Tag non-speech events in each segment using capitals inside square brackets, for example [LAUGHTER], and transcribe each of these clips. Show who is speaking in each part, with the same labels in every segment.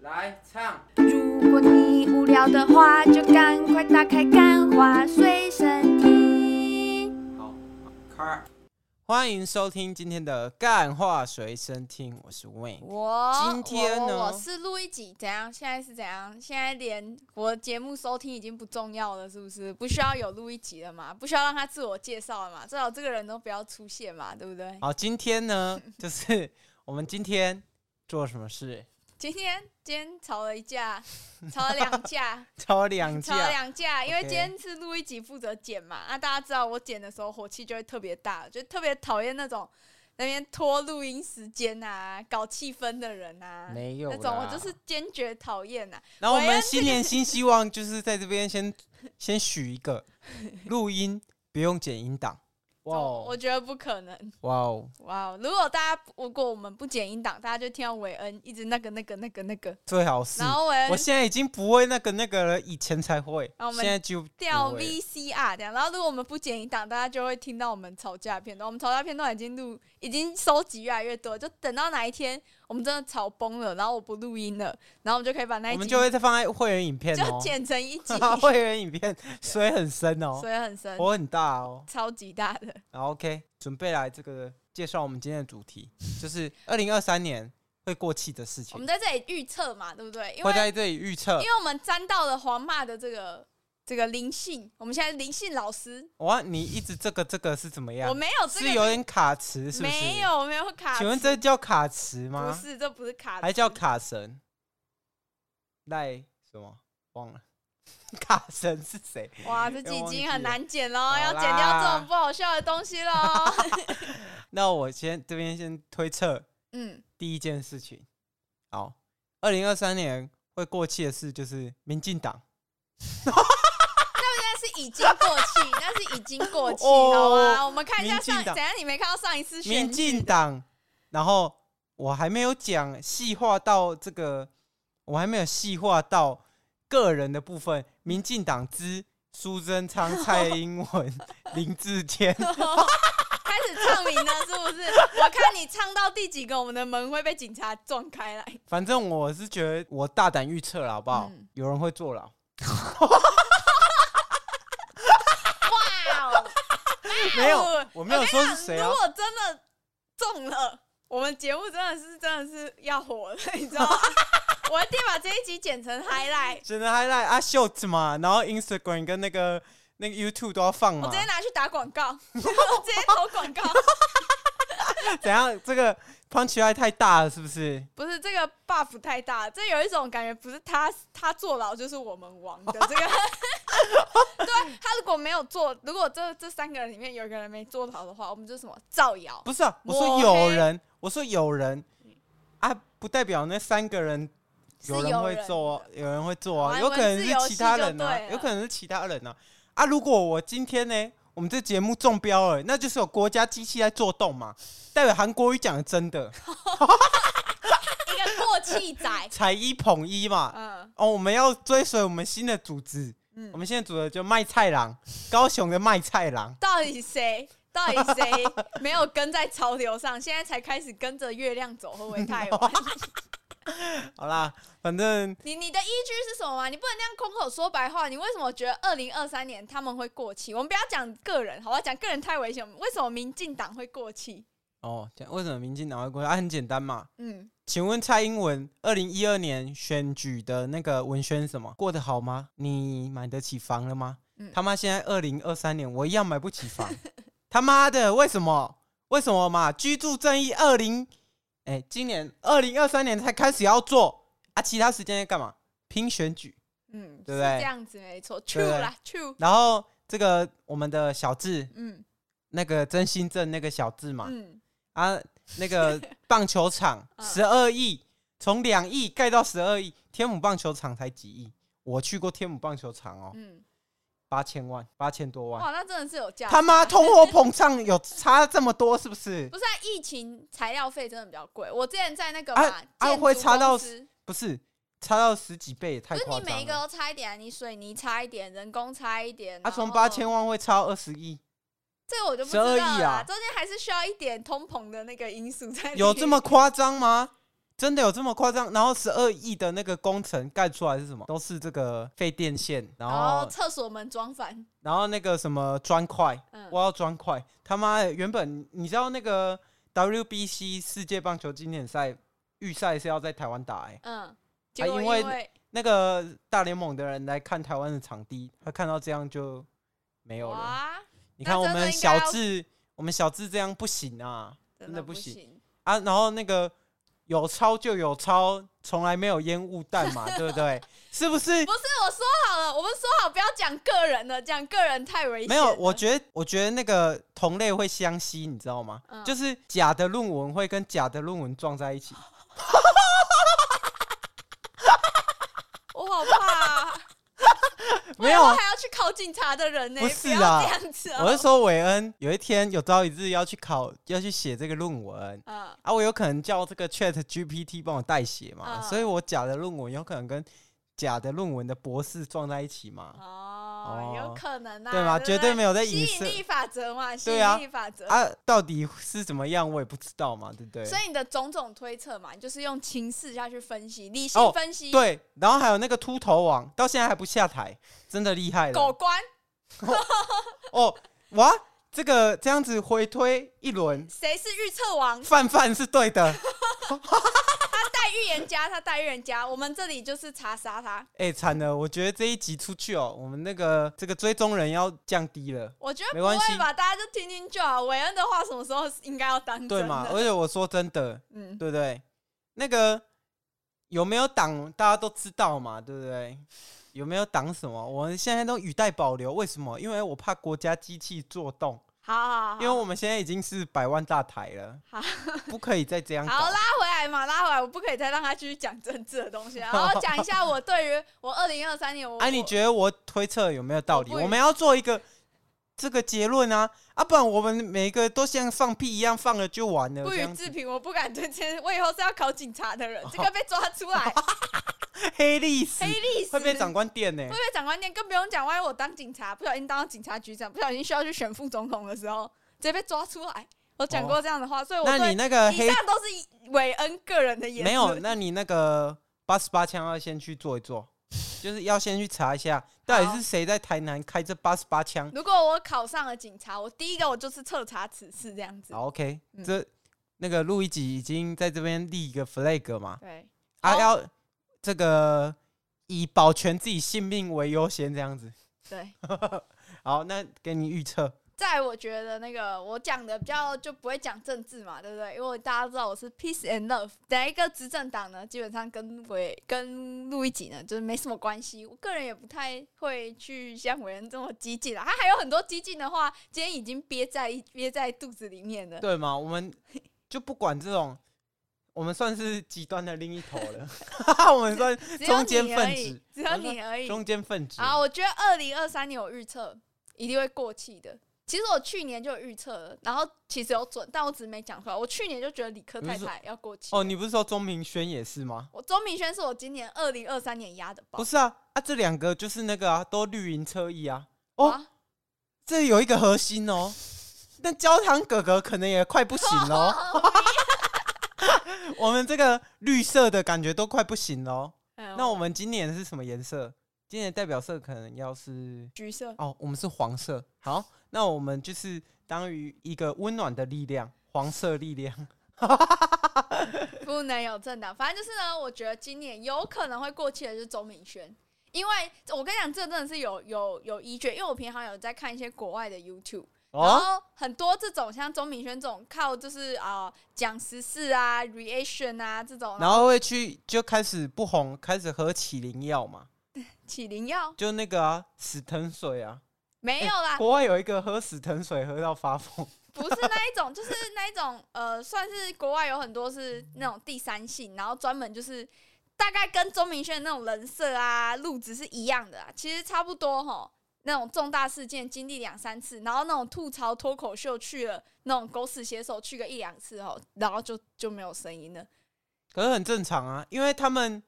Speaker 1: 来唱，
Speaker 2: 如果你无聊的话，就赶快打开《干花随身听》。
Speaker 1: 好，开。欢迎收听今天的干话随身听，我是 Wayne。
Speaker 3: 我
Speaker 1: 今天
Speaker 3: 我
Speaker 1: 呢
Speaker 3: 我我是录一集怎样？现在是怎样？现在连我的节目收听已经不重要了，是不是？不需要有录一集了嘛？不需要让他自我介绍了嘛？最好这个人都不要出现嘛，对不对？
Speaker 1: 好，今天
Speaker 3: [LAUGHS]
Speaker 1: 呢，就是我们今天做什么
Speaker 3: [LAUGHS]
Speaker 1: 事？
Speaker 3: 今天今天吵了
Speaker 1: [LAUGHS]
Speaker 3: 一架，吵了两架，
Speaker 1: 吵两
Speaker 3: 吵了
Speaker 1: 架，
Speaker 3: 两架，因为
Speaker 1: 啊 OK
Speaker 3: 今天是录一集负责剪嘛。那、大家知道我剪的时候火气就会特别大，就特别讨厌那种那边拖录音时间啊、搞气氛的人啊。
Speaker 1: 没有
Speaker 3: 那种我
Speaker 1: 啦
Speaker 3: 就是坚决讨厌啊呐、
Speaker 1: 然后我
Speaker 3: 我要
Speaker 1: 们新年新希望，就是在这边先 [LAUGHS] 先许一
Speaker 3: [LAUGHS]
Speaker 1: 个录音不用剪音档。哇
Speaker 3: 我我
Speaker 1: 哦，
Speaker 3: 觉得不可能。
Speaker 1: 哇哦！
Speaker 3: 哇哦！如果大家如果我们不剪音档，大家就听到韦恩一直那个那个那个那个，
Speaker 1: 最好是，
Speaker 3: 然后韦
Speaker 1: 我
Speaker 3: 恩
Speaker 1: 现在已经不会那个那个了，以前才会
Speaker 3: 那我，们
Speaker 1: 现在就
Speaker 3: 掉
Speaker 1: 不会
Speaker 3: VCR 这样，然后如果我们不剪音档，大家就会听到我们吵架的片段。我们吵架片段已经录，已经收集越来越多，就等到哪一天我们真的吵崩了，然后我不录音了，然后我们就可以把那一
Speaker 1: 我
Speaker 3: 集
Speaker 1: 们就会再放在会员影片
Speaker 3: 就
Speaker 1: 哦， [LAUGHS]
Speaker 3: 剪成一集，
Speaker 1: 会员影片水很深哦，
Speaker 3: 所以很深，
Speaker 1: 火很大哦。
Speaker 3: 超级大的。
Speaker 1: 然后 OK，准备来这个介绍我们今天的主题，就是二零二三年会过气的事
Speaker 3: 我
Speaker 1: 情
Speaker 3: 们，在这里预测嘛，对不对？因为
Speaker 1: 会在这里预测
Speaker 3: [LAUGHS] 因。为我们沾到了黄妈的这个这个灵性，我们现在灵性老师，
Speaker 1: 哇，你一直这个这个是怎么样
Speaker 3: 我？没有这个
Speaker 1: 是有点卡词，是不是？
Speaker 3: 没。有没有卡词，
Speaker 1: 请问这叫卡词
Speaker 3: 不
Speaker 1: 吗？
Speaker 3: 是这不是卡词，
Speaker 1: 还叫卡神？赖什么？忘了。 [LAUGHS] 卡神是谁？
Speaker 3: 哇，这几
Speaker 1: 忘记
Speaker 3: 经很
Speaker 1: 了
Speaker 3: 难剪
Speaker 1: 好
Speaker 3: 喽，要剪
Speaker 1: 啦
Speaker 3: 掉这种不好笑的东西
Speaker 1: [LAUGHS]
Speaker 3: 喽。
Speaker 1: 那我先这边先推测
Speaker 3: 嗯，
Speaker 1: 第一件事情。好，二零二三年会过气的事就是民进党。
Speaker 3: 但是已经过气， [LAUGHS] 但是已经过气，
Speaker 1: 哦
Speaker 3: 好吗？我们看一下
Speaker 1: 民进
Speaker 3: 上，
Speaker 1: 党
Speaker 3: 等下你没看到上一次选
Speaker 1: 民
Speaker 3: 举
Speaker 1: 进党，然后我还没有讲细化到这个，我还没有细化到个人的部分。民进党之苏贞昌、蔡英
Speaker 3: [LAUGHS]
Speaker 1: 文、林志坚，
Speaker 3: [LAUGHS] 开始唱名了，是不是？我看你唱到第几个，我们的门会被警察撞开来。
Speaker 1: 反正我是觉得我大胆预测了，好不好？
Speaker 3: 嗯
Speaker 1: 有人会坐牢，
Speaker 3: 哇哦，
Speaker 1: [LAUGHS] 没有
Speaker 3: 我，
Speaker 1: 我没有说是谁
Speaker 3: 如
Speaker 1: 啊。
Speaker 3: 果真的中了，我们节目真的是真的是要火了，你知道
Speaker 1: [LAUGHS]
Speaker 3: 吗？我一定把这一集剪成 highlight，
Speaker 1: 只能还来啊秀子嘛，然后 Instagram 跟那个那个 YouTube 都要放
Speaker 3: 我
Speaker 1: 嘛
Speaker 3: 直。接拿去打
Speaker 1: [LAUGHS]
Speaker 3: 广告，我直接投广告。
Speaker 1: 怎样？这个 punch line 太大了，是不是？
Speaker 3: 不是这个 buff 太大，这有一种感觉，不是他他坐牢就是我们亡的这个。 [LAUGHS] 对他如果没有坐，如果这这三个人里面有一个人没坐牢的话，我们就什么造
Speaker 1: [LAUGHS]
Speaker 3: 谣。
Speaker 1: 不是啊，我说
Speaker 3: 抹
Speaker 1: 有
Speaker 3: 黑
Speaker 1: 人，我说有人啊，不代表那三个人
Speaker 3: 是
Speaker 1: 有人
Speaker 3: 有
Speaker 1: 会
Speaker 3: 人
Speaker 1: 做、啊，有人会做啊，
Speaker 3: 玩
Speaker 1: 有可能
Speaker 3: 文字
Speaker 1: 是
Speaker 3: 游
Speaker 1: 其
Speaker 3: 戏
Speaker 1: 他
Speaker 3: 就
Speaker 1: 人啊
Speaker 3: 对，了
Speaker 1: 有可能是其他人啊啊！如果我今天呢，我们这节目中标了，那就是有国家机器在做动嘛，代表韩国语讲的真
Speaker 3: [LAUGHS]
Speaker 1: 的，，
Speaker 3: 一个过气仔
Speaker 1: 踩一捧一嘛。
Speaker 3: [LAUGHS] 嗯，
Speaker 1: 哦，我们要追随我们新的组织，
Speaker 3: 嗯
Speaker 1: 我们现在组的就卖菜郎，高雄的卖菜郎，
Speaker 3: 到底谁到底谁没有跟在潮流上，现在才开始跟着月亮走，会不会太
Speaker 1: [LAUGHS]
Speaker 3: 晚？
Speaker 1: 好啦，反正
Speaker 3: 你你的依据是什么吗？你不能那样空口说白话。你为什么觉得二零二三年他们会过气？我们不要讲个人，好吧？讲个人太危险。为什么民进党会过气？
Speaker 1: 哦，这样为什么民进党会过去？啊，很简单嘛，
Speaker 3: 嗯，
Speaker 1: 请问蔡英文二零一二年选举的那个文宣是什么过得好吗？你买得起房了吗？
Speaker 3: 嗯
Speaker 1: 他妈现在二零二三年，我一样买不起房， [LAUGHS] 他妈的，为什么？为什么嘛？居住正义二零，哎，今年二零二三年才开始要做啊，其他时间在干嘛？拼选举。
Speaker 3: 嗯，
Speaker 1: 对不
Speaker 3: 是
Speaker 1: 对
Speaker 3: 这样子没错
Speaker 1: 对不对
Speaker 3: ，true 啦，true。
Speaker 1: 然后这个我们的小智，
Speaker 3: 嗯
Speaker 1: 那个真心镇那个小智嘛，
Speaker 3: 嗯，
Speaker 1: 啊，那
Speaker 3: [LAUGHS]
Speaker 1: 个棒球场
Speaker 3: 嗯
Speaker 1: 十二亿，从两亿盖到十二亿，天母棒球场才几亿？我去过天母棒球场哦，
Speaker 3: 嗯，
Speaker 1: 八千万，八千多万。
Speaker 3: 哇，那真的是有价值。
Speaker 1: 他妈通货膨胀有差这么多是不
Speaker 3: [LAUGHS]
Speaker 1: 是？
Speaker 3: 不是、啊、疫情材料费真的比较贵。我之前在那个嘛，
Speaker 1: 啊啊
Speaker 3: 建筑
Speaker 1: 会差到
Speaker 3: 公司
Speaker 1: 不是，差到十几倍也太
Speaker 3: 不是
Speaker 1: 夸
Speaker 3: 你
Speaker 1: 张
Speaker 3: 每一个
Speaker 1: 了。
Speaker 3: 都差一点啊、你水泥差一点，人工差一点。
Speaker 1: 啊，
Speaker 3: 然
Speaker 1: 从
Speaker 3: 后
Speaker 1: 八千万会差二十
Speaker 3: [LAUGHS]
Speaker 1: 亿，
Speaker 3: 这个我就不知
Speaker 1: 12
Speaker 3: 道
Speaker 1: 亿啊
Speaker 3: 啦，中间还是需要一点通膨的那个因素在里面。
Speaker 1: 有这么夸张吗？真的有这么夸张？然后十二亿的那个工程盖出来是什么？都是这个废电线，然
Speaker 3: 然
Speaker 1: 后
Speaker 3: 后厕所门装反，
Speaker 1: 然后那个什么砖块，
Speaker 3: 嗯，
Speaker 1: 我要砖块。他妈的，原本你知道那个 WBC 世界棒球经典赛预赛是要在台湾打、欸，
Speaker 3: 嗯，结果
Speaker 1: 因
Speaker 3: 因
Speaker 1: 为
Speaker 3: 为
Speaker 1: 那个大联盟的人来看台湾的场地，他看到这样就没有了。
Speaker 3: 哇，
Speaker 1: 你看
Speaker 3: 那
Speaker 1: 我
Speaker 3: 真的
Speaker 1: 们
Speaker 3: 应该
Speaker 1: 小
Speaker 3: 要
Speaker 1: 智，我们小智这样不行啊真
Speaker 3: 真
Speaker 1: 的
Speaker 3: 的
Speaker 1: 不
Speaker 3: 不
Speaker 1: 行
Speaker 3: 行，
Speaker 1: 啊！然后那个有抄就有抄，从来没有烟雾弹
Speaker 3: [LAUGHS]
Speaker 1: 嘛，对不对？是不是
Speaker 3: 不？是我说好了，我们说好不要讲个人的，讲个人太危险
Speaker 1: 没
Speaker 3: 了。
Speaker 1: 有，我觉得我觉得那个同类会相吸，你知道吗？
Speaker 3: 嗯
Speaker 1: 就是假的论文会跟假的论文撞在一起。
Speaker 3: 我好怕、啊，
Speaker 1: [LAUGHS] 没有
Speaker 3: 我以后还要去考警察的人呢、
Speaker 1: 不
Speaker 3: 不
Speaker 1: 是啊
Speaker 3: 要这样子、
Speaker 1: [LAUGHS] 我是
Speaker 3: 哦。
Speaker 1: 说，韦恩有一天有朝一日要去考，要去写这个论文
Speaker 3: 嗯，
Speaker 1: 啊，我有可能叫这个 Chat GPT 帮我代写嘛，
Speaker 3: 嗯
Speaker 1: 所以我假的论文有可能跟假的论文的博士撞在一起嘛。
Speaker 3: 哦，有可能啊，
Speaker 1: 对吗
Speaker 3: 不
Speaker 1: 绝对没有在
Speaker 3: 吸
Speaker 1: 影
Speaker 3: 引
Speaker 1: 射
Speaker 3: 力法则嘛，吸
Speaker 1: 对啊
Speaker 3: 引力法则。
Speaker 1: 啊，到底是怎么样，我也不知道嘛，对不对？
Speaker 3: 所以你的种种推测嘛，你就是用情势下去分析，理性
Speaker 1: 哦
Speaker 3: 分析，
Speaker 1: 对，然后还有那个秃头王，到现在还不下台，真的厉害
Speaker 3: 狗
Speaker 1: 了
Speaker 3: 官
Speaker 1: 哦！哇，这个这样子回推一
Speaker 3: [LAUGHS]
Speaker 1: 轮，
Speaker 3: 谁是预测王？
Speaker 1: 范范是对的。
Speaker 3: 他带预言家，他带预言家，我们这里就是查杀他。
Speaker 1: 哎、惨了，我觉得这一集出去哦，我们那个这个追踪人要降低了，
Speaker 3: 我觉得
Speaker 1: 没
Speaker 3: 不
Speaker 1: 关系
Speaker 3: 会吧，大家就听听就好。韦恩的话什么时候应该要当 [LAUGHS] 真
Speaker 1: 对
Speaker 3: 的？
Speaker 1: 嘛？而且我说真的，
Speaker 3: 嗯，
Speaker 1: 对不对？那个有没有党，大家都知道嘛，对不对？有没有党什么？我们现在都语带保留，为什么？因为我怕国家机器做动，
Speaker 3: 好好好，
Speaker 1: 因为我们现在已经是百万大台了
Speaker 3: 好，
Speaker 1: 不可以再这样搞。
Speaker 3: 好拉回来嘛，拉回来，我不可以再让他继续讲政治的东西。
Speaker 1: [LAUGHS]
Speaker 3: 然后讲一下我对于我二零二三年我，
Speaker 1: 哎、你觉得我推测有没有道理？
Speaker 3: 我
Speaker 1: 我
Speaker 3: 不
Speaker 1: 们要做一个这个结论啊，啊，不然我们每个都像放屁一样放了就完了，
Speaker 3: 不
Speaker 1: 这
Speaker 3: 予
Speaker 1: 样哦
Speaker 3: 置
Speaker 1: 子
Speaker 3: 评，我不敢对这些，我以后是要考警察的人，这个被抓出
Speaker 1: [LAUGHS]
Speaker 3: 来
Speaker 1: 黑历史
Speaker 3: 黑历史，
Speaker 1: 哦会被长官电呢、
Speaker 3: 会被长官念，更不用讲，万一我当警察，不小心当到警察局长，不小心需要去选副总统的时候，直接被抓出来。我讲过这样的话，所以我
Speaker 1: 哦那
Speaker 3: 对
Speaker 1: 你那个
Speaker 3: 以
Speaker 1: 黑
Speaker 3: 上都是韦恩个人的言
Speaker 1: 没有？
Speaker 3: 论。
Speaker 1: 那你那个八十八枪要先去做一
Speaker 3: [LAUGHS]
Speaker 1: 做，就是要先去查一下到底
Speaker 3: 好
Speaker 1: 是谁在台南开这八十八枪。
Speaker 3: 如果我考上了警察，我第一个我就是彻查此事这样子。
Speaker 1: 好，OK，、
Speaker 3: 嗯
Speaker 1: 这那个录一集已经在这边立一个 flag 嘛，
Speaker 3: 对，
Speaker 1: 啊，
Speaker 3: 好
Speaker 1: 要这个以保全自己性命为优先，这样子。 [LAUGHS]
Speaker 3: 对。
Speaker 1: 好，那给你预测，
Speaker 3: 在我觉得那个我讲的比较就不会讲政治嘛，对不对？因为大家都知道我是 peace and love，哪一个执政党呢，基本上跟韦跟路易吉呢就是没什么关系。我个人也不太会去像韦恩这么激进啦，他还有很多激进的话，今天已经憋在憋在肚子里面
Speaker 1: [LAUGHS]
Speaker 3: 了。
Speaker 1: 对吗？我们就不管这种，我们算是极端的另一头了， [LAUGHS] 我们算
Speaker 3: 只有
Speaker 1: 中间
Speaker 3: 你而
Speaker 1: 分
Speaker 3: 已
Speaker 1: 子，，
Speaker 3: 只有你而已。
Speaker 1: 中间分子。
Speaker 3: 啊，我觉得二零二三年我预测一定会过气的。其实我去年就有预测了，然后其实有准，但我只是没讲出来。我去年就觉得理科
Speaker 1: 你
Speaker 3: 太
Speaker 1: 是
Speaker 3: 太要过气
Speaker 1: 哦，
Speaker 3: 了
Speaker 1: 你不是说钟明轩也是吗？
Speaker 3: 我周明轩是我今年二零二三年压的包
Speaker 1: 不，是啊，啊，这两个就是那个啊，都绿营车衣啊。哦，
Speaker 3: 啊
Speaker 1: 这有一个核心哦。 [LAUGHS] 那焦糖哥哥可能也快不行喽，
Speaker 3: [LAUGHS]
Speaker 1: 我们这个绿色的感觉都快不行喽。
Speaker 3: 哎呦
Speaker 1: 那我们今年是什么颜色？今年代表色可能要是
Speaker 3: 橘色
Speaker 1: 哦，我们是黄色。好，那我们就是当于一个温暖的力量，黄色力量。
Speaker 3: 不能有政党，反正就是呢，我觉得今年有可能会过气的就是周明轩，因为我跟你讲，这真的是有有有依据，因为我平常有在看一些国外的 YouTube。然
Speaker 1: 哦，
Speaker 3: 后很多这种像钟明轩这种靠就是啊讲时事啊、reaction 啊这种，
Speaker 1: 然后会去就开始不红，开始喝起灵药嘛，
Speaker 3: 起灵药
Speaker 1: 就那个啊，死藤水啊。
Speaker 3: 没有啦，
Speaker 1: 国外有一个喝死藤水喝到发疯，
Speaker 3: 不是那一种，就是那一种呃，算是国外有很多是那种第三性，然后专门就是大概跟钟明轩的那种人设啊、路子是一样的啊，其实差不多吼。那种重大事件经历两三次，然后那种吐槽脱口秀去了，那种狗屎写手去个一两次吼，然后就就没有声音了。
Speaker 1: 可是很正常啊，因为他们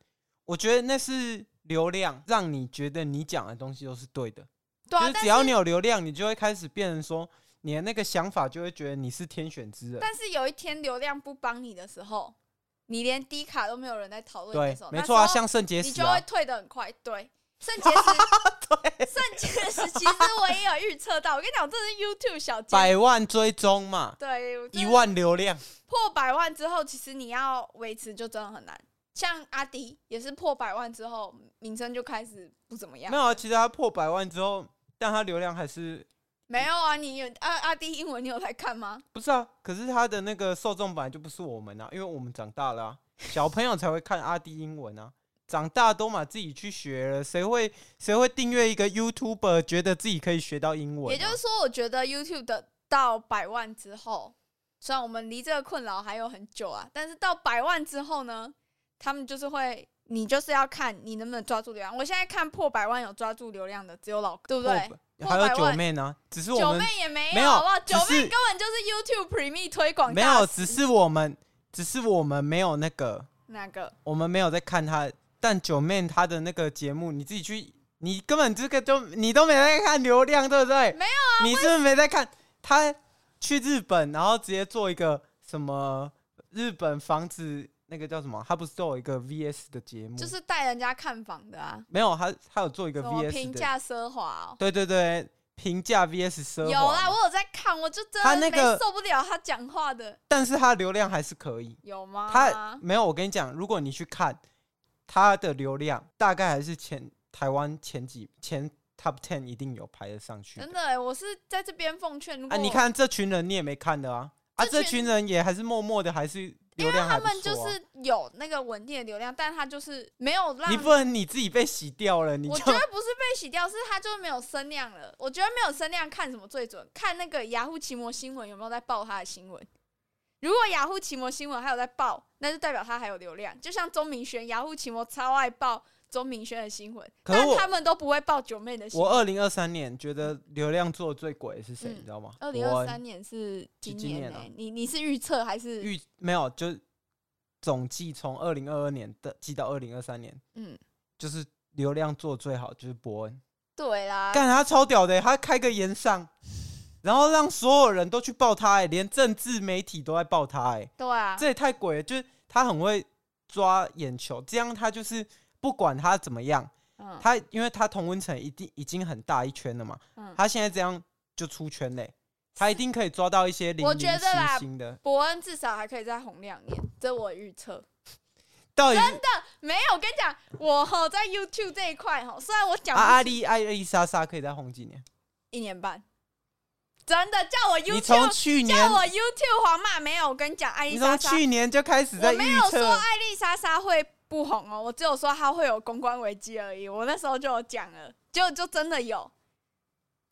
Speaker 1: 我觉得那是流量，让你觉得你讲的东西都是对的。
Speaker 3: 对
Speaker 1: 就
Speaker 3: 啊，
Speaker 1: 是
Speaker 3: 但
Speaker 1: 只
Speaker 3: 是
Speaker 1: 要你有流量，你就会开始变成说，你的那个想法就会觉得你是天选之人。
Speaker 3: 但是有一天流量不帮你的时候，你连低卡都没有人在讨论的
Speaker 1: 对
Speaker 3: 时候，，
Speaker 1: 没
Speaker 3: 那
Speaker 1: 错啊，
Speaker 3: 时候
Speaker 1: 像肾结
Speaker 3: 你
Speaker 1: 石
Speaker 3: 就会
Speaker 1: 啊，
Speaker 3: 退的很快。对，肾结石， [LAUGHS] 肾结石其实我也有预测到。我跟你讲，这是 YouTube 小尖，
Speaker 1: 百万追踪嘛，
Speaker 3: 对，我真
Speaker 1: 一
Speaker 3: 的
Speaker 1: 万流量，
Speaker 3: 破百万之后，其实你要维持就真的很难。像阿迪也是破百万之后，名声就开始不怎么样
Speaker 1: 没。有啊，其实他破百万之后，但他流量还是
Speaker 3: 没有啊，你有阿阿迪英文你有在看吗？
Speaker 1: 不是啊？可是他的那个受众本来就不是我们啊，因为我们长大了、啊，小朋友才会看阿迪英文啊。长大都嘛自己去学了，谁会谁会订阅一个 YouTuber 觉得自己可以学到英文啊、
Speaker 3: 也就是说，我觉得 YouTube 的到百万之后，虽然我们离这个困扰还有很久啊，但是到百万之后呢，他们就是会，你就是要看你能不能抓住流量。我现在看破百万有抓住流量的只有老哥，对不对？
Speaker 1: 破还有
Speaker 3: 破百
Speaker 1: 九
Speaker 3: 万
Speaker 1: 妹呢，只是我
Speaker 3: 九
Speaker 1: 们
Speaker 3: 妹也没
Speaker 1: 没有
Speaker 3: 好不好？
Speaker 1: 只
Speaker 3: 九妹
Speaker 1: 是
Speaker 3: 根本就是 YouTube Premium 推广
Speaker 1: 没
Speaker 3: 大
Speaker 1: 有，只
Speaker 3: 使
Speaker 1: 是我们只是我们没有那个，
Speaker 3: 那个
Speaker 1: 我们没有在看他。但九妹她的那个节目，你自己去，你根本这个都你都没在看流量，对不对？
Speaker 3: 没有
Speaker 1: 啊，你是不是没在看？她去日本，然后直接做一个什么日本房子那个叫什么？她不是都有一个 VS 的节目？
Speaker 3: 就是带人家看房的啊，
Speaker 1: 没有，她她有做一个
Speaker 3: 什么
Speaker 1: VS
Speaker 3: 评
Speaker 1: 的，
Speaker 3: 价奢华、哦。
Speaker 1: 对对对，评价 VS 奢华。
Speaker 3: 有啦，我有在看，我就真
Speaker 1: 他
Speaker 3: 的
Speaker 1: 那
Speaker 3: 没
Speaker 1: 个
Speaker 3: 受不了他讲话的，
Speaker 1: 但是她流量还是可以。
Speaker 3: 有吗？
Speaker 1: 他没有，我跟你讲，如果你去看他的流量，大概还是前台湾前几前 top ten 一定有排得上去的
Speaker 3: 真的欸、我是在这边奉劝，如
Speaker 1: 啊！
Speaker 3: 果
Speaker 1: 你看这群人，你也没看的啊啊！
Speaker 3: 这
Speaker 1: 这
Speaker 3: 群
Speaker 1: 群人也还是默默的，还是流量还
Speaker 3: 他
Speaker 1: 不错啊、
Speaker 3: 们就是有那个稳定的流量，但他就是没有让
Speaker 1: 你不能你自己被洗掉了，你
Speaker 3: 我
Speaker 1: 就
Speaker 3: 觉得不是被洗掉，是他就没有声量了。我觉得没有声量看什么最准？看那个雅虎奇摩新闻有没有在报他的新闻。如果雅虎奇摩新闻还有在报，那就代表他还有流量。就像钟明轩，雅虎奇摩超爱报钟明轩的新闻，
Speaker 1: 可是
Speaker 3: 但
Speaker 1: 我
Speaker 3: 他们都不会报九妹的新
Speaker 1: [LAUGHS] 我
Speaker 3: 闻。
Speaker 1: 二零二三年觉得流量做的最鬼的是谁，
Speaker 3: 嗯
Speaker 1: 你知道吗？
Speaker 3: 二零
Speaker 1: 我
Speaker 3: 二三年是今
Speaker 1: 今
Speaker 3: 年
Speaker 1: 年
Speaker 3: 呢、
Speaker 1: 啊
Speaker 3: 你你是预测还是
Speaker 1: 预没有，就总计从二零二二年的记到二零二三年，
Speaker 3: 嗯？
Speaker 1: 就是流量做最好就是伯恩。
Speaker 3: 对啦，
Speaker 1: 干他超屌的欸、他开个延上，然后让所有人都去报他、欸，连政治媒体都在报他、欸，
Speaker 3: 对啊，
Speaker 1: 这也太鬼了！就是他很会抓眼球，这样他就是不管他怎么样，
Speaker 3: 嗯
Speaker 1: 他因为他同温层一定已经很大一圈了嘛，
Speaker 3: 嗯，
Speaker 1: 他现在这样就出圈
Speaker 3: [LAUGHS]
Speaker 1: 嘞、他一定可以抓到一些零
Speaker 3: 我
Speaker 1: 零
Speaker 3: 觉得啦
Speaker 1: 星星的，
Speaker 3: 伯恩至少还可以再红两年，这我预测。
Speaker 1: 到底是
Speaker 3: 没有，我跟你讲，我吼在 YouTube 这一块吼，虽然我讲
Speaker 1: 阿阿
Speaker 3: 不出
Speaker 1: 丽艾丽莎莎可以再红几年？
Speaker 3: 一年半，真的叫我
Speaker 1: 你从
Speaker 3: YouTube
Speaker 1: 去年
Speaker 3: 叫，我 YouTube 皇马没有，我跟你讲，艾丽
Speaker 1: 你
Speaker 3: 莎
Speaker 1: 从
Speaker 3: 莎，
Speaker 1: 去年就开始在
Speaker 3: 我没
Speaker 1: 预
Speaker 3: 有说
Speaker 1: 测
Speaker 3: 艾丽莎莎会不红哦，我只有说她会有公关危机而已，我那时候就有讲了，就就真的有。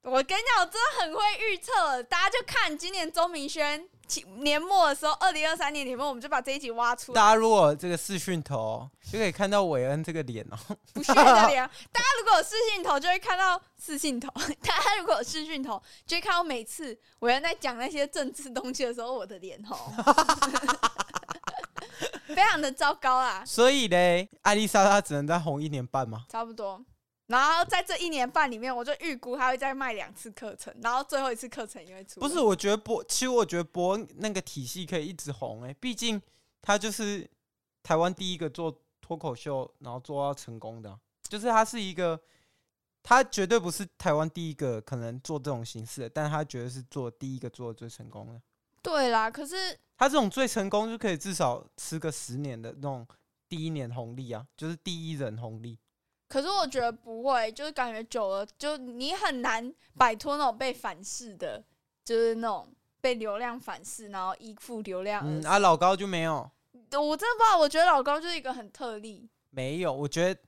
Speaker 3: 我跟你讲，我真的很会预测，大家就看今年周明轩期年末的时候，二零二三年年末，我们就把这一集挖出来。
Speaker 1: [LAUGHS] 大家如果有这个视讯头哦、就可以看到韦恩这个脸哦、
Speaker 3: 不屑的 [LAUGHS] 脸。啊大家如果有视讯头，就会看到视讯头； [LAUGHS] 大家如果有视讯头，就会看到每次我人在讲那些政治东西的时候，我的脸哦， [LAUGHS] 非常的糟糕啊啦，
Speaker 1: 所以嘞，艾丽莎她只能再红一年半吗？
Speaker 3: 差不多。然后在这一年半里面，我就预估他会再卖两次课程，然后最后一次课程也会出。
Speaker 1: 不是，，我觉得博，其实我觉得博恩那个体系可以一直红哎、毕竟他就是台湾第一个做脱口秀然后做到成功的啊，就是他是一个，他绝对不是台湾第一个可能做这种形式的，但他绝对是做第一个做的最成功的。
Speaker 3: 对啦。可是
Speaker 1: 他这种最成功就可以至少吃个十年的那种第一年红利啊，就是第一人红利。
Speaker 3: 可是我觉得不会，就是感觉久了，就你很难摆脱那种被反噬的，就是那种被流量反噬，然后依附流量而
Speaker 1: 嗯啊，老高就没有。
Speaker 3: 我真的不知道，我觉得老高就是一个很特例。
Speaker 1: 没有，我觉得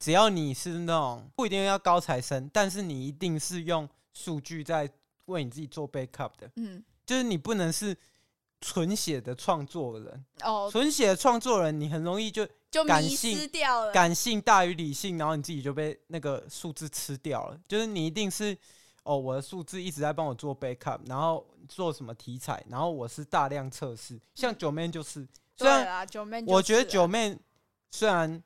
Speaker 1: 只要你是那种不一定要高材生，但是你一定是用数据在为你自己做 backup 的，
Speaker 3: 嗯，
Speaker 1: 就是你不能是纯写的创作人，
Speaker 3: 哦，
Speaker 1: 纯写的创作人你很容易就
Speaker 3: 就
Speaker 1: 感
Speaker 3: 迷
Speaker 1: 性
Speaker 3: 失掉了。
Speaker 1: 感性大于理性，然后你自己就被那个数字吃掉了。就是你一定是哦，我的数字一直在帮我做 backup，然后做什么题材，然后我是大量测试，像九妹就是，虽
Speaker 3: 嗯对
Speaker 1: 然
Speaker 3: 啦，九妹就是啊，
Speaker 1: 我觉得九妹虽然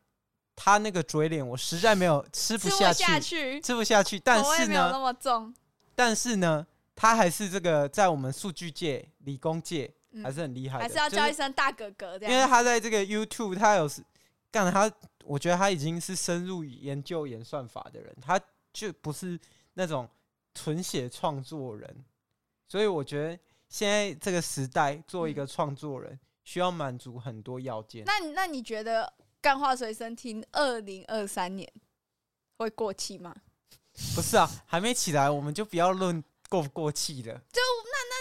Speaker 1: 她那个嘴脸，我实在没有吃不
Speaker 3: 吃
Speaker 1: 下去，
Speaker 3: 下去，
Speaker 1: 吃不下去，但
Speaker 3: 口味
Speaker 1: 是
Speaker 3: 没有那
Speaker 1: 呢，
Speaker 3: 么重。
Speaker 1: 但是呢，她还是这个在我们数据界、理工界
Speaker 3: 嗯
Speaker 1: 还是很厉害的，
Speaker 3: 还是要
Speaker 1: 就
Speaker 3: 叫一声大哥哥这
Speaker 1: 因为
Speaker 3: 样。
Speaker 1: 他在这个 YouTube，他有是干他，我觉得他已经是深入研究演算法的人，他就不是那种纯写创作人，所以我觉得现在这个时代做
Speaker 3: 嗯
Speaker 1: 一个创作人，需要满足很多要件。
Speaker 3: 那你那你觉得《干话随身听》二零二三年会过气吗？
Speaker 1: 不是啊，还没起来，我们就不要论过不过气了，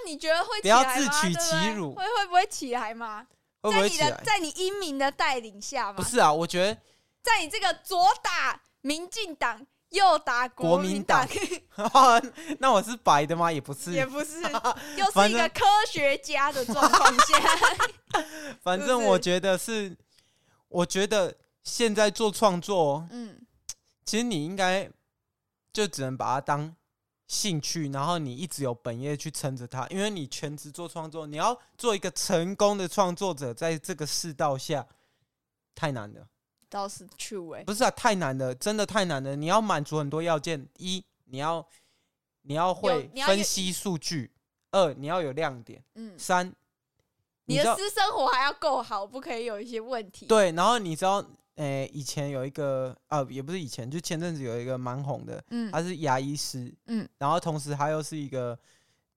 Speaker 3: 那你觉得会
Speaker 1: 不
Speaker 3: 起来
Speaker 1: 要
Speaker 3: 吗？
Speaker 1: 自取
Speaker 3: 对不
Speaker 1: 其
Speaker 3: 对
Speaker 1: 辱
Speaker 3: 会会不会起来吗？
Speaker 1: 会不
Speaker 3: 在
Speaker 1: 会
Speaker 3: 你
Speaker 1: 起
Speaker 3: 的
Speaker 1: 来？
Speaker 3: 在你英明的带领下
Speaker 1: 不
Speaker 3: 吗？
Speaker 1: 是啊，我觉得 [LAUGHS]
Speaker 3: 在你这个左打民进党，右打
Speaker 1: 国民
Speaker 3: 民 [LAUGHS] 党，
Speaker 1: 那我是白的吗？也不是，
Speaker 3: 也
Speaker 1: [LAUGHS]
Speaker 3: 不是， [LAUGHS] 又是
Speaker 1: 反
Speaker 3: 一
Speaker 1: 正
Speaker 3: 个科学家的状况下，
Speaker 1: 反
Speaker 3: 是不
Speaker 1: 正我
Speaker 3: 是
Speaker 1: 觉得是，我觉得现在做创作，
Speaker 3: 嗯，
Speaker 1: 其实你应该就只能把它当兴趣，然后你一直有本业去撑着它，因为你全职做创作，你要做一个成功的创作者，在这个世道下太难了，
Speaker 3: 倒是欸趣味，
Speaker 1: 不是啊，太难了，真的太难了。你要满足很多要件，一你要你要会
Speaker 3: 你要有
Speaker 1: 分析数据，二你要有亮点，
Speaker 3: 嗯，
Speaker 1: 三
Speaker 3: 你
Speaker 1: 知
Speaker 3: 的
Speaker 1: 道
Speaker 3: 私生活还要够好，不可以有一些问题。，
Speaker 1: 对，然后你知道，诶、以前有一个啊，也不是以前，就前阵子有一个蛮红的，
Speaker 3: 嗯
Speaker 1: 他是牙医师，
Speaker 3: 嗯，
Speaker 1: 然后同时他又是一个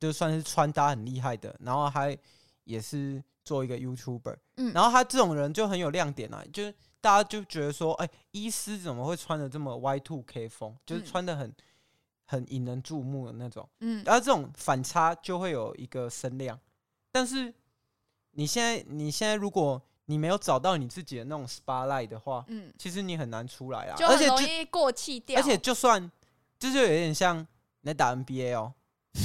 Speaker 1: 就算是穿搭很厉害的，然后还也是做一个 YouTuber，
Speaker 3: 嗯
Speaker 1: 然后他这种人就很有亮点啊，就是大家就觉得说，哎、医师怎么会穿的这么 Y two K 风，就是
Speaker 3: 嗯
Speaker 1: 穿的很、很引人注目的那种。
Speaker 3: 嗯，
Speaker 1: 然后这种反差就会有一个声量。但是你现在，你现在如果你没有找到你自己的那种 spotlight 的话，
Speaker 3: 嗯，
Speaker 1: 其实你很难出来啊。
Speaker 3: 就
Speaker 1: 而
Speaker 3: 很
Speaker 1: 且
Speaker 3: 容
Speaker 1: 就
Speaker 3: 易过气掉。
Speaker 1: 而且就算，这就有点像你在打 NBA 哦，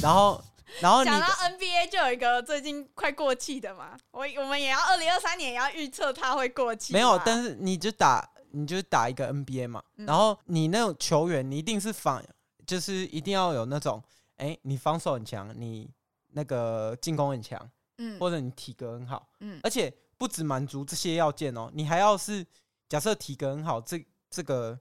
Speaker 1: 然后 [LAUGHS] 然后你
Speaker 3: 讲到
Speaker 1: 的
Speaker 3: NBA 就有一个最近快过气的嘛，我我们也要二零二三年也要预测它会过气吧。
Speaker 1: 没有，但是你就打你就打一个 NBA 嘛，
Speaker 3: 嗯
Speaker 1: 然后你那种球员，你一定是防，就是一定要有那种，哎、你防守很强，你那个进攻很强，
Speaker 3: 嗯
Speaker 1: 或者你体格很好。
Speaker 3: 嗯
Speaker 1: 而且不只满足这些要件哦，你还要是假设体格很好，这这个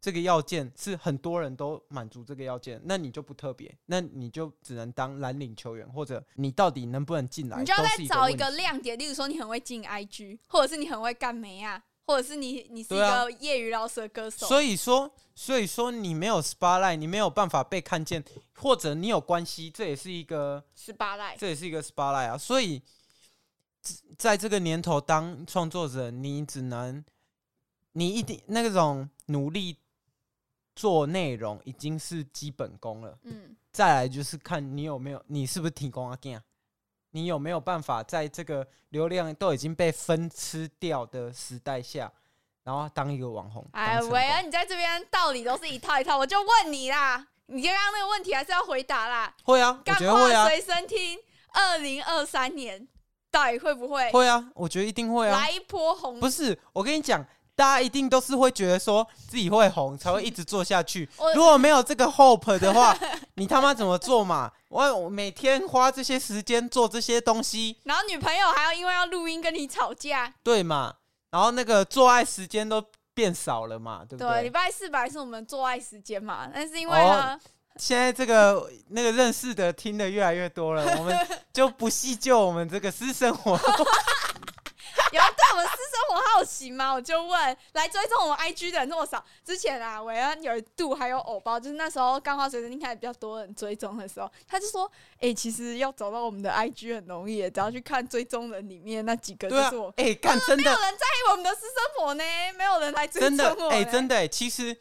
Speaker 1: 这个要件是很多人都满足这个要件，那你就不特别，那你就只能当蓝领球员，或者你到底能不能进来，
Speaker 3: 你就要
Speaker 1: 都
Speaker 3: 再
Speaker 1: 是
Speaker 3: 找
Speaker 1: 一
Speaker 3: 一个
Speaker 1: 问题
Speaker 3: 亮点，例如说你很会进 IG，或者是你很会干梅啊，或者是你你是一
Speaker 1: 对啊
Speaker 3: 个业余饶舌歌手。
Speaker 1: 所以说，所以说你没有 spotlight，你没有办法被看见，或者你有关系，这也是一个
Speaker 3: 十八赖，
Speaker 1: 这也是一个 spotlight 啊。所以，在这个年头当创作者，你只能你一定那种努力做内容已经是基本功了。
Speaker 3: 嗯，
Speaker 1: 再来就是看你有没有，你是不是提供阿健，你有没有办法在这个流量都已经被分吃掉的时代下，然后当一个网红。
Speaker 3: 哎
Speaker 1: 当成
Speaker 3: 喂，
Speaker 1: 功
Speaker 3: 啊，你在这边道理都是一套一套，我就问你啦，你刚刚那个问题还是要回答啦。
Speaker 1: 会啊，我
Speaker 3: 干
Speaker 1: 觉得会啊
Speaker 3: 话，随身听，二零二三年到底会不会
Speaker 1: 会啊，我觉得一定会啊。
Speaker 3: 来一波红？
Speaker 1: 不是，我跟你讲，大家一定都是会觉得说自己会红，才会一直做下
Speaker 3: [LAUGHS]
Speaker 1: 去
Speaker 3: 我。
Speaker 1: 如果没有这个 hope 的话，你他妈怎么做嘛？我我每天花这些时间做这些东西，
Speaker 3: 然后女朋友还要因为要录音跟你吵架。
Speaker 1: 对嘛？然后那个做爱时间都变少了嘛，对不
Speaker 3: 对，礼
Speaker 1: 对？
Speaker 3: 啊拜四本来是我们做爱时间嘛，但是因为
Speaker 1: 哦
Speaker 3: 呢，
Speaker 1: 现在这个那个认识的听的越来越多了，我们就不细究我们这个私生
Speaker 3: [LAUGHS]
Speaker 1: 活。
Speaker 3: 有人对我们私生活好奇吗？我就问，来追踪我们 IG 的人这么少。之前啊，韦恩有一度还有偶包，就是那时候刚好随身听开始比较多人追踪的时候，他就说：“哎、其实要找到我们的 IG 很容易耶，只要去看追踪人里面那几个，就
Speaker 1: 对啊
Speaker 3: 是我。，
Speaker 1: 哎、干真
Speaker 3: 没
Speaker 1: 的
Speaker 3: 有人在意我们的私生活呢，没有人来追
Speaker 1: 真
Speaker 3: 踪
Speaker 1: 的
Speaker 3: 我。
Speaker 1: 哎、
Speaker 3: 哎、
Speaker 1: 真的哎、其实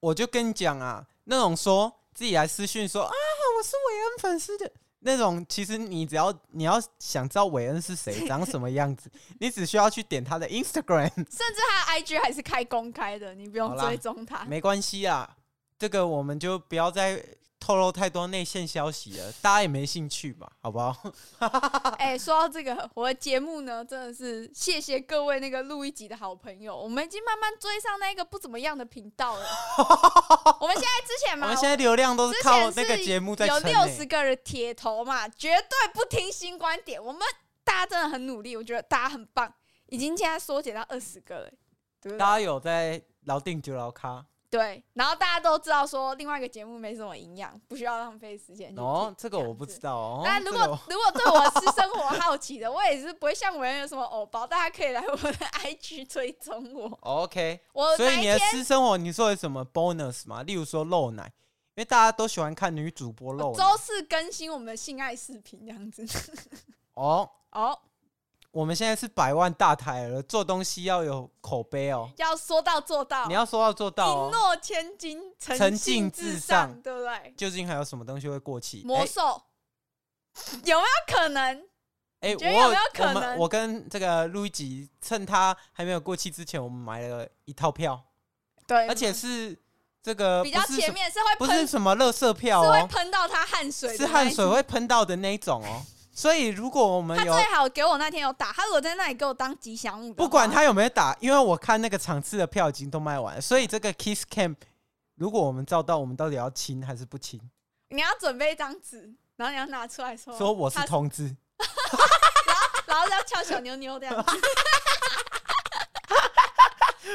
Speaker 1: 我就跟你讲啊，那种说自己来私讯说啊，我是韦恩粉丝的那种，其实你只要你要想知道韦恩是谁，长什么样子，你只需要去点他的 Instagram，
Speaker 3: 甚至他的 IG 还是开公开的，你不
Speaker 1: 好
Speaker 3: 用
Speaker 1: 啦
Speaker 3: 追踪他。
Speaker 1: 没关系啊。这个我们就不要再透露太多内线消息了，大家也没兴趣嘛，好不好？
Speaker 3: [LAUGHS] 哎、说到这个，我的节目呢，真的是谢谢各位那个录一集的好朋友，我们已经慢慢追上那个不怎么样的频道了。我们现在之前
Speaker 1: 我
Speaker 3: 嘛，
Speaker 1: 们现在流量都
Speaker 3: 之
Speaker 1: 是
Speaker 3: 前
Speaker 1: 靠
Speaker 3: 是
Speaker 1: 那个节目在
Speaker 3: 有
Speaker 1: 撑、欸，
Speaker 3: 六十个人铁头嘛，绝对不听新观点。我们大家真的很努力，我觉得大家很棒，已经现在缩减到二十个了，对不对欸
Speaker 1: 大？家有在老定就老咖，
Speaker 3: 对，然后大家都知道说另外一个节目没什么营养，不需要浪费时间去
Speaker 1: 哦
Speaker 3: 听，
Speaker 1: 这个我不知。道哦。
Speaker 3: 嗯但如果、
Speaker 1: 这个我
Speaker 3: 如果对我私生活好奇的，我也是不会像我有什么偶包，大家可以来我的 IG 追踪我。
Speaker 1: OK，
Speaker 3: 我
Speaker 1: 所
Speaker 3: 哦
Speaker 1: 以
Speaker 3: 哪一
Speaker 1: 你
Speaker 3: 天
Speaker 1: 的私生活，你说有什么 bonus 吗？例如说露奶，因为大家都喜欢看女主播露奶
Speaker 3: 周四更新我们的性爱视频这样子。
Speaker 1: 哦。
Speaker 3: 哦，
Speaker 1: 我们现在是百万大台了，做东西要有口碑哦。
Speaker 3: 要说到做到，
Speaker 1: 你要说到做到
Speaker 3: 一
Speaker 1: 哦。
Speaker 3: 诺千金，
Speaker 1: 诚
Speaker 3: 信
Speaker 1: 信
Speaker 3: 至
Speaker 1: 至
Speaker 3: 上，
Speaker 1: 上哎
Speaker 3: 对不对？
Speaker 1: 究竟还有什么东西会过期？
Speaker 3: 魔兽、有没有可能？
Speaker 1: 哎、
Speaker 3: 觉得
Speaker 1: 我
Speaker 3: 有没有可
Speaker 1: 我们
Speaker 3: 能
Speaker 1: 我跟这个路易吉趁他还没有过期之前，我们买了一套票，
Speaker 3: 对，
Speaker 1: 而且是这个
Speaker 3: 比较
Speaker 1: 不是什
Speaker 3: 前面是会
Speaker 1: 不
Speaker 3: 喷，
Speaker 1: 是什么垃圾票
Speaker 3: 是会
Speaker 1: 哦，
Speaker 3: 喷到他汗水的
Speaker 1: 是
Speaker 3: 那一种，
Speaker 1: 汗水会喷到的那一种哦。所以如果我们
Speaker 3: 他
Speaker 1: 有
Speaker 3: 最好给我那天有打，他如果在那里给我当吉祥物的话，
Speaker 1: 哦不管他有没有打，因为我看那个场次的票已经都卖完了，所以这个 Kiss Camp，如果我们照到，我们到底要亲还是不亲？
Speaker 3: 你要准备一张纸，然后你要拿出来说，
Speaker 1: 说我是
Speaker 3: 哦他
Speaker 1: 同志，
Speaker 3: 然后要翘小妞妞这样
Speaker 1: [LAUGHS]
Speaker 3: 子，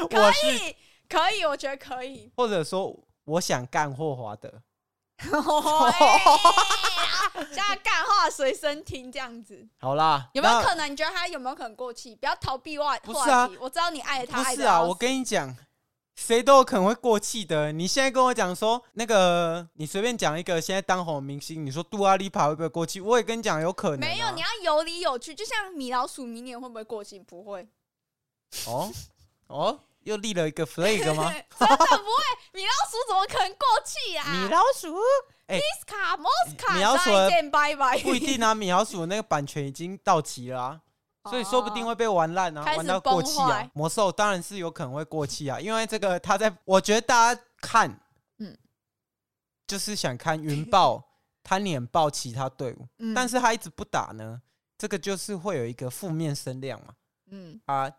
Speaker 1: 我
Speaker 3: 可
Speaker 1: 是
Speaker 3: 以，可以，我觉得可
Speaker 1: [LAUGHS]
Speaker 3: 以。
Speaker 1: 或者说我想干霍华德，哦
Speaker 3: 哎这样干话随身听这样子，
Speaker 1: 好啦，
Speaker 3: 有没有
Speaker 1: 那
Speaker 3: 可能？你觉得他有没有可能过气？不要逃避话
Speaker 1: 不是啊
Speaker 3: 话题，我知道你爱他，
Speaker 1: 不
Speaker 3: 爱
Speaker 1: 是
Speaker 3: 得
Speaker 1: 啊，
Speaker 3: 要
Speaker 1: 我
Speaker 3: 死
Speaker 1: 跟你讲，谁都有可能会过气的。你现在跟我讲说，那个你随便讲一个现在当红的明星，你说杜阿丽帕会不会过气？我也跟你讲，有可能、啊。
Speaker 3: 没有，你要有理有据。就像米老鼠明年会不会过期？不会，
Speaker 1: 哦哦，又立了一
Speaker 3: [LAUGHS]
Speaker 1: 个 flag 吗？
Speaker 3: 真的不会。米老鼠怎么可能过气啊？
Speaker 1: 米老鼠
Speaker 3: 斯卡莫斯卡，
Speaker 1: 米老鼠
Speaker 3: 再见，拜拜。 [LAUGHS]
Speaker 1: 不一定啊，米老鼠那个版权已经到期了啊。所以说不定会被玩烂啊
Speaker 3: 哦开，始
Speaker 1: 玩到过气
Speaker 3: 崩
Speaker 1: 啊
Speaker 3: 坏。
Speaker 1: 魔兽当然是有可能会过气啊，因为这个他在，我觉得大家看，
Speaker 3: 嗯
Speaker 1: 嗯，就是想看云
Speaker 3: [LAUGHS]
Speaker 1: 豹他碾爆其他队伍，
Speaker 3: 嗯
Speaker 1: 但是他一直不打呢，这个就是会有一个负面声量嘛。
Speaker 3: 嗯，
Speaker 1: 啊，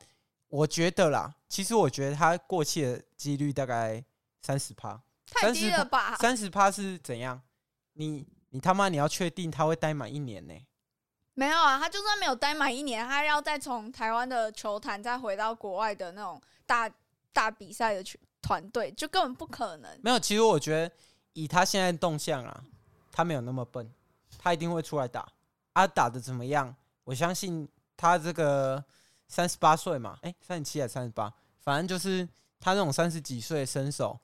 Speaker 1: 我觉得啦，其实我觉得他过气的几率大概三十趴，
Speaker 3: 太低
Speaker 1: 30%
Speaker 3: 了吧？
Speaker 1: 三十趴是怎样？你你他妈你要确定他会待满一年呢、
Speaker 3: 没有啊，他就算没有待满一年，他要再从台湾的球坛再回到国外的那种大大比赛的球团队，就根本不可能。
Speaker 1: 没有，其实我觉得以他现在的动向啊，他没有那么笨，他一定会出来打。啊，打的怎么样？我相信他这个三十八岁嘛，哎、三十七还三十八，反正就是他那种三十几岁的身手，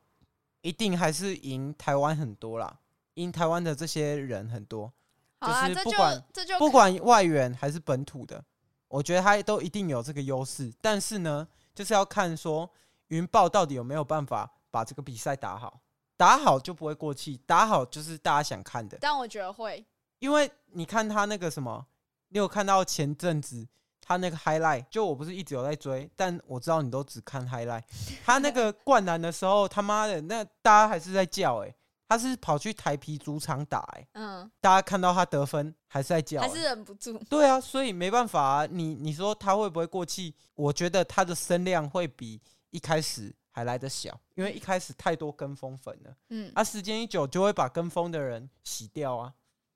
Speaker 1: 一定还是赢台湾很多啦，赢台湾的这些人很多，
Speaker 3: 好啦，
Speaker 1: 就是
Speaker 3: 这
Speaker 1: 不
Speaker 3: 就
Speaker 1: 管
Speaker 3: 这就
Speaker 1: 不管外援还是本土的，我觉得他都一定有这个优势。但是呢，就是要看说云豹到底有没有办法把这个比赛打好，打好就不会过气，打好就是大家想看的。
Speaker 3: 但我觉得会，
Speaker 1: 因为你看他那个什么，你有看到前阵子他那个 highlight，就我不是一直有在追，但我知道你都只看 highlight。他那个灌篮的时候，他妈的，那大家还是在叫诶、他是跑去台皮主场打诶、
Speaker 3: 嗯，
Speaker 1: 大家看到他得分还是在叫、
Speaker 3: 还
Speaker 1: 欸，
Speaker 3: 是忍不住。
Speaker 1: 对啊，所以没办法啊。你你说他会不会过气？我觉得他的声量会比一开始还来得小，因为一开始太多跟风粉了，
Speaker 3: 嗯，
Speaker 1: 啊，时间一久就会把跟风的人洗掉啊，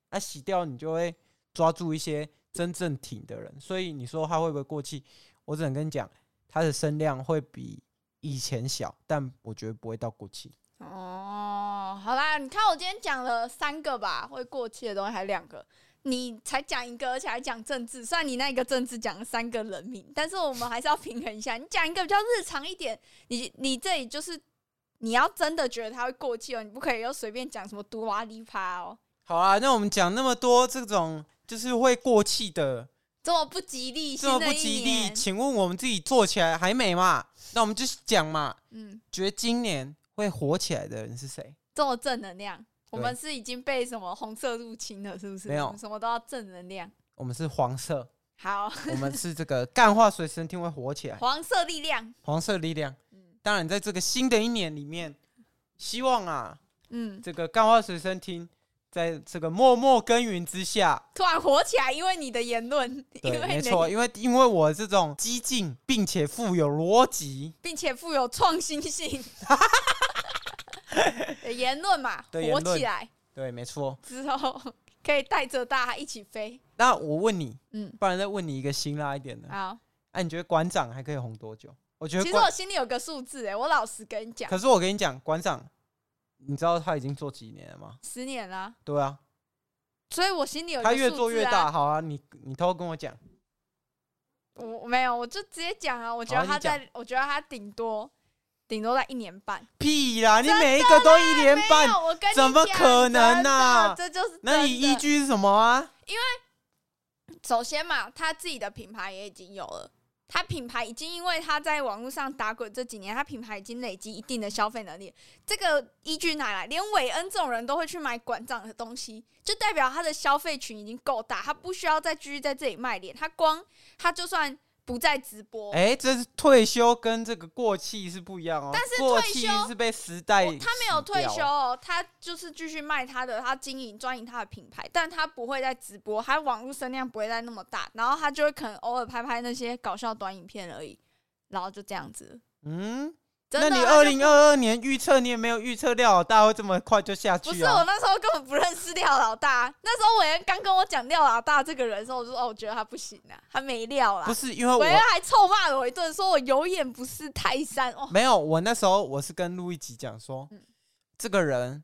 Speaker 1: 啊，洗掉你就会抓住一些真正挺的人。所以你说他会不会过气？我只能跟你讲，他的声量会比以前小，但我觉得不会到过气。
Speaker 3: 哦，好啦，你看我今天讲了三个吧，会过期的东西，还两个，你才讲一个，而且还讲政治。虽然你那一个政治讲了三个人名，但是我们还是要平衡一下。你讲一个比较日常一点，你你这里就是你要真的觉得它会过期哦，你不可以又随便讲什么嘟哇哩啪哦，
Speaker 1: 好啊，那我们讲那么多这种就是会过气的。
Speaker 3: 这么不吉利，
Speaker 1: 这么
Speaker 3: 新的
Speaker 1: 不
Speaker 3: 一
Speaker 1: 吉利，
Speaker 3: 年
Speaker 1: 请问我们自己做起来还美嘛？那我们就讲嘛，
Speaker 3: 嗯，
Speaker 1: 觉得今年会火起来的人是谁？
Speaker 3: 这么正能量。我
Speaker 1: 对
Speaker 3: 们是已经被什么红色入侵了，是不是？
Speaker 1: 没有
Speaker 3: 我们什么都要正能量。
Speaker 1: 我们是黄
Speaker 3: [LAUGHS]
Speaker 1: 色，
Speaker 3: 好，
Speaker 1: 我们是这个干化随身听会火起来，
Speaker 3: 黄色力量，
Speaker 1: 黄色力量
Speaker 3: 嗯。
Speaker 1: 当然，在这个新的一年里面，希望啊，
Speaker 3: 嗯，
Speaker 1: 这个干化随身听在这个默默耕耘之下，
Speaker 3: 突然火起来，因为你的言论， [LAUGHS] 因
Speaker 1: 对，
Speaker 3: 为
Speaker 1: 没
Speaker 3: 你的
Speaker 1: 错，，因为因为我这种激进并且富有逻辑
Speaker 3: 并且富有创新
Speaker 1: [LAUGHS]
Speaker 3: 性的言论嘛，
Speaker 1: 对
Speaker 3: 火
Speaker 1: 言论
Speaker 3: 起来
Speaker 1: 对，没错。
Speaker 3: 之后，可以带着大家一起飞。
Speaker 1: 那我问你，
Speaker 3: 嗯，
Speaker 1: 啊不然再问你一个辛辣一点的，
Speaker 3: 好，
Speaker 1: 哎、你觉得馆长还可以红多久？我觉
Speaker 3: 其
Speaker 1: 得
Speaker 3: 实
Speaker 1: 馆
Speaker 3: 我，心里有个数字、哎，我老实跟你讲，
Speaker 1: 可是我跟你讲，馆长，你知道他已经做几年了吗？
Speaker 3: 十年啦、
Speaker 1: 对啊，
Speaker 3: 所以我心里有一个
Speaker 1: 他越
Speaker 3: 数
Speaker 1: 做
Speaker 3: 字
Speaker 1: 越
Speaker 3: 啊
Speaker 1: 大。。好啊，你你偷偷跟我讲，
Speaker 3: 我我没有，我就直接讲啊，我觉
Speaker 1: 好
Speaker 3: 得他
Speaker 1: 你讲
Speaker 3: 在，我觉得他顶多顶多在一年半。
Speaker 1: 屁啦！你每一个都一年
Speaker 3: 没
Speaker 1: 半，
Speaker 3: 有，我跟你
Speaker 1: 怎么
Speaker 3: 讲
Speaker 1: 可能
Speaker 3: 真的
Speaker 1: 啊
Speaker 3: 这就是
Speaker 1: 那你
Speaker 3: 真的
Speaker 1: 依据是什么啊？
Speaker 3: 首先嘛，他自己的品牌也已经有了，他品牌已经因为他在网络上打滚这几年，他品牌已经累积一定的消费能力。这个依据哪来？连韦恩这种人都会去买馆长的东西，就代表他的消费群已经够大，他不需要再继续在这里卖脸。他光他就算不再直播，
Speaker 1: 哎、这是退休跟这个过气是不一样哦。
Speaker 3: 但是
Speaker 1: 过
Speaker 3: 退
Speaker 1: 气
Speaker 3: 休
Speaker 1: 是被时代
Speaker 3: 我他没有
Speaker 1: 洗掉
Speaker 3: 退休、哦，他就是继续卖他的，他经营专营他的品牌，但他不会再直播，他网络声量不会再那么大，然后他就会可能偶尔拍拍那些搞笑短影片而已，然后就这样子。
Speaker 1: 嗯，
Speaker 3: 真
Speaker 1: 那
Speaker 3: 的啊
Speaker 1: 你
Speaker 3: 他就
Speaker 1: 二零二二年预测你也没有预测料，大家会这么快就下
Speaker 3: 不
Speaker 1: 去
Speaker 3: 是我
Speaker 1: 啊？
Speaker 3: 那时候根本不认识廖老大，啊那时候韦恩刚跟我讲廖老大这个人的时候，我就说哦，我觉得他不行啊，他没料啦
Speaker 1: 不。是因为
Speaker 3: 韦恩
Speaker 1: 我
Speaker 3: 还臭骂了我一顿，说我有眼不识泰山
Speaker 1: [LAUGHS]
Speaker 3: 哦。
Speaker 1: 没有，我那时候我是跟路易吉讲说，
Speaker 3: 嗯
Speaker 1: 这个人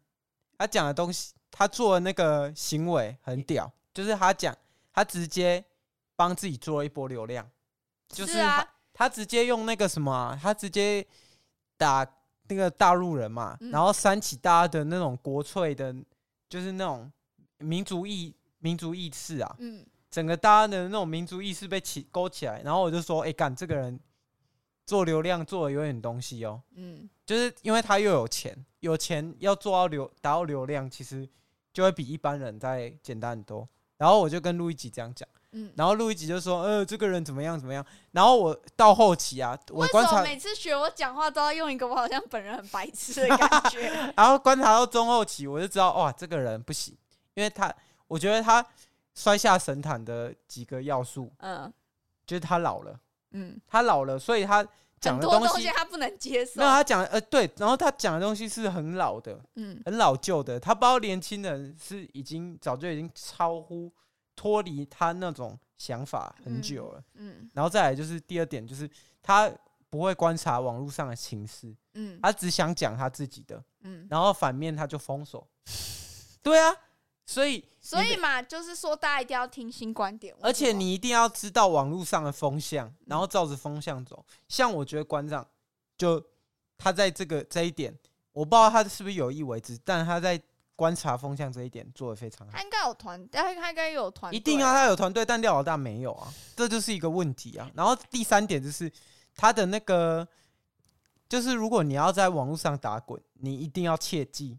Speaker 1: 他讲的东西，他做的那个行为
Speaker 3: 嗯
Speaker 1: 很屌，就是他讲他直接帮自己做了一波流量，就是
Speaker 3: 是啊
Speaker 1: 他他直接用那个什么啊、他直接打那个大陆人嘛，
Speaker 3: 嗯
Speaker 1: 然后煽起大家的那种国粹的，就是那种民族意民族意识啊，
Speaker 3: 嗯，
Speaker 1: 整个大家的那种民族意识被起勾起来，然后我就说，哎、干这个人做流量做的有点东西哦，
Speaker 3: 嗯，
Speaker 1: 就是因为他又有钱，有钱要做到流达到流量，其实就会比一般人再简单很多。然后我就跟路易吉这样讲，
Speaker 3: 嗯，
Speaker 1: 然后路易吉就说，呃，这个人怎么样怎么样。然后我到后期啊，我
Speaker 3: 为
Speaker 1: 观
Speaker 3: 什么
Speaker 1: 察，
Speaker 3: 每次学我讲话都要用一个我好像本人很白痴的感觉？
Speaker 1: [LAUGHS] 然后观察到中后期，我就知道，哇，这个人不行，因为他，我觉得他摔下神坛的几个要素，
Speaker 3: 嗯
Speaker 1: 就是他老了。
Speaker 3: 嗯，
Speaker 1: 他老了，所以他讲
Speaker 3: 很
Speaker 1: 的
Speaker 3: 多
Speaker 1: 西
Speaker 3: 西他不能接受
Speaker 1: 没有。他讲的呃对，然后他讲的东西是很老的、
Speaker 3: 嗯
Speaker 1: 很老旧的，他不知道年轻人是已经早就已经超乎脱离他那种想法很久了。
Speaker 3: 嗯
Speaker 1: 然后再来就是第二点，就是他不会观察网络上的情势，
Speaker 3: 嗯
Speaker 1: 他只想讲他自己的，
Speaker 3: 嗯。
Speaker 1: 然后反面他就封锁。 [LAUGHS] 对啊，所以
Speaker 3: 所以嘛，就是说大家一定要听新观点。
Speaker 1: 而且
Speaker 3: 为什么
Speaker 1: 你一定要知道网络上的风向，然后照着风向走。像我觉得馆长就他在这个这一点，我不知道他是不是有意为之，但他在观察风向这一点做的非常好
Speaker 3: 他。应该有团，他他应该有团，
Speaker 1: 一定啊，。他有团队，但廖老大没有啊，这就是一个问题
Speaker 3: 嗯
Speaker 1: 啊。然后第三点就是他的那个，就是如果你要在网络上打滚，你一定要切记，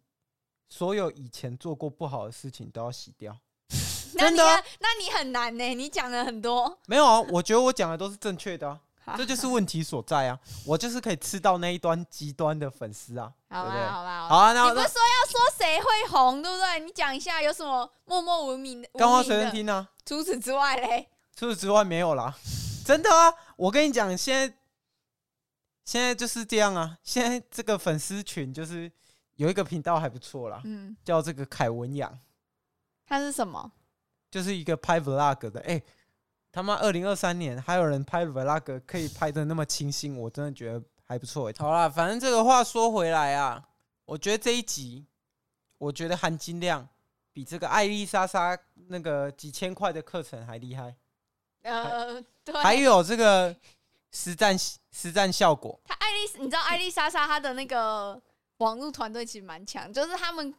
Speaker 1: 所有以前做过不好的事情都要洗掉。
Speaker 3: [LAUGHS] 那
Speaker 1: 真
Speaker 3: 你
Speaker 1: 的啊
Speaker 3: 啊那你很难呢，你讲了很多。
Speaker 1: 没有啊，我觉得我讲的都是正确的啊。
Speaker 3: [LAUGHS] 好
Speaker 1: 这就是问题所在啊！我就是可以吃到那一端极端的粉丝啊，对
Speaker 3: 好
Speaker 1: 不对？
Speaker 3: 啦好啦，
Speaker 1: 好啊，那
Speaker 3: 你不
Speaker 1: 那
Speaker 3: 是说要说谁会红，对不对？你讲一下有什么默默无名的。
Speaker 1: 干花
Speaker 3: 无名
Speaker 1: 随
Speaker 3: 的
Speaker 1: 身听啊，
Speaker 3: 除此之外嘞，
Speaker 1: 除此之外没有啦，真的啊！我跟你讲，现在现在就是这样啊，现在这个粉丝群就是有一个频道还不错啦，
Speaker 3: 嗯，
Speaker 1: 叫这个凯文养，
Speaker 3: 他是什么？
Speaker 1: 就是一个拍 vlog 的，哎、他妈，二零二三年还有人拍 vlog 可以拍的那么清新，我真的觉得还不错欸。好啦，反正这个话说回来啊，我觉得这一集，我觉得含金量比这个艾丽莎莎那个几千块的课程还厉害，
Speaker 3: 呃，对，
Speaker 1: [LAUGHS] 还有这个实战实战效果。
Speaker 3: 他艾丽，你知道艾丽莎莎她的那个网络团队其实蛮强，就是他们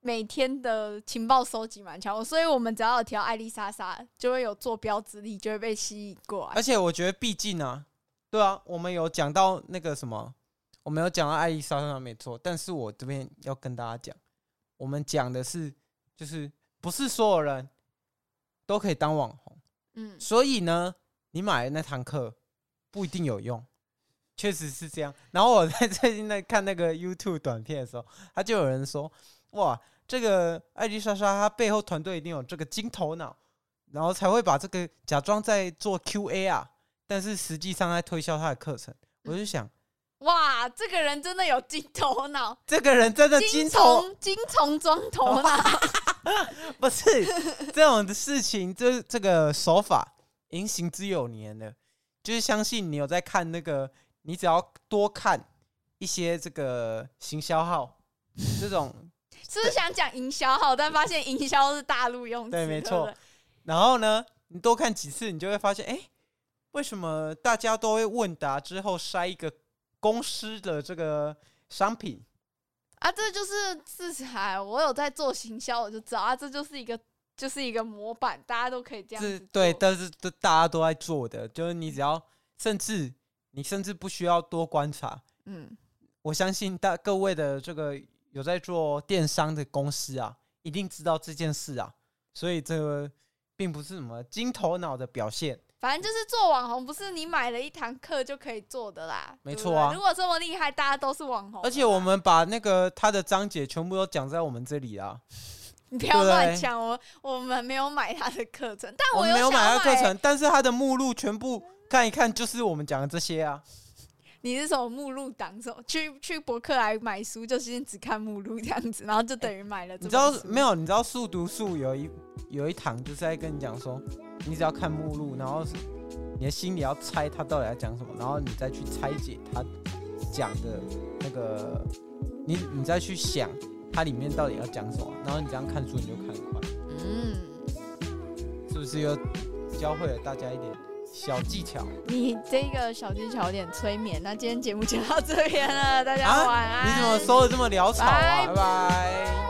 Speaker 3: 每天的情报收集蛮强，所以我们只要有提到艾丽莎莎，就会有坐标之力，就会被吸引过来
Speaker 1: 而。且我觉得，毕竟啊，对啊，我们有讲到那个什么，我们有讲到艾丽莎莎没错，但是我这边要跟大家讲，我们讲的是，就是不是所有人都可以当网红，
Speaker 3: 嗯，
Speaker 1: 所以呢，你买的那堂课不一定有用，确实是这样。然后我在 [LAUGHS] 最近在看那个 YouTube 短片的时候，他就有人说，哇，这个艾丽莎莎她背后团队一定有这个金头脑，然后才会把这个假装在做 QA 啊，但是实际上在推销他的课程。我就想，
Speaker 3: 哇，这个人真的有金头脑，
Speaker 1: 这个人真的 [LAUGHS] 金
Speaker 3: 金
Speaker 1: 头
Speaker 3: 虫金虫装
Speaker 1: [LAUGHS]
Speaker 3: 头脑。
Speaker 1: 不是这种的事情，就是这个手法，言行之有年了。就是相信你有在看那个你只要多看一些这个行销
Speaker 3: [LAUGHS]
Speaker 1: 号这种，
Speaker 3: 是不是想讲营销号，但发现营销是大陆用词？
Speaker 1: 对没
Speaker 3: 不
Speaker 1: 错然后呢，你多看几次，你就会发现，哎、为什么大家都会问答之后筛一个公司的这个商品？
Speaker 3: 啊，这就是自嗨。我有在做行销，我就知道啊，这就是一个就是一个模板，大家都可以这样
Speaker 1: 这
Speaker 3: 子。
Speaker 1: 对，，但是这大家都在做的，就是你只要，甚至你甚至不需要多观察，
Speaker 3: 嗯，
Speaker 1: 我相信大各位的这个有在做电商的公司啊，一定知道这件事啊，所以这个并不是什么金头脑的表现。
Speaker 3: 反正就是做网红，不是你买了一堂课就可以做的啦。
Speaker 1: 没
Speaker 3: 对不
Speaker 1: 错
Speaker 3: 对
Speaker 1: 啊
Speaker 3: 如果这么厉害，大家都是网红了啦，
Speaker 1: 而且我们把那个他的章节全部都讲在我们这里啊，
Speaker 3: 你不
Speaker 1: 对
Speaker 3: 要
Speaker 1: 不
Speaker 3: 乱
Speaker 1: 对
Speaker 3: 讲，我我们没有买他的课程，但
Speaker 1: 我们
Speaker 3: 有
Speaker 1: 没有
Speaker 3: 想
Speaker 1: 买
Speaker 3: 要
Speaker 1: 他课程，但是他的目录全部看一看，就是我们讲的这些啊。
Speaker 3: 你是什么目录党？什么去去博客来买书，就先只看目录这样子，然后就等于买了这
Speaker 1: 哎你
Speaker 3: 本
Speaker 1: 知道
Speaker 3: 书
Speaker 1: 没？有？你知道速读速有一有一堂就是在跟你讲说，你只要看目录，然后是你的心里要猜他到底在讲什么，然后你再去拆解他讲的那个，你你再去想它里面到底要讲什么，然后你这样看书你就看得快，
Speaker 3: 嗯，
Speaker 1: 是不是又教会了大家一点小技巧？
Speaker 3: 你这个小技巧有点催眠。那今天节目就到这边了，大家
Speaker 1: 啊
Speaker 3: 晚安。
Speaker 1: 你怎么收的这么潦草啊？
Speaker 3: 拜
Speaker 1: 拜拜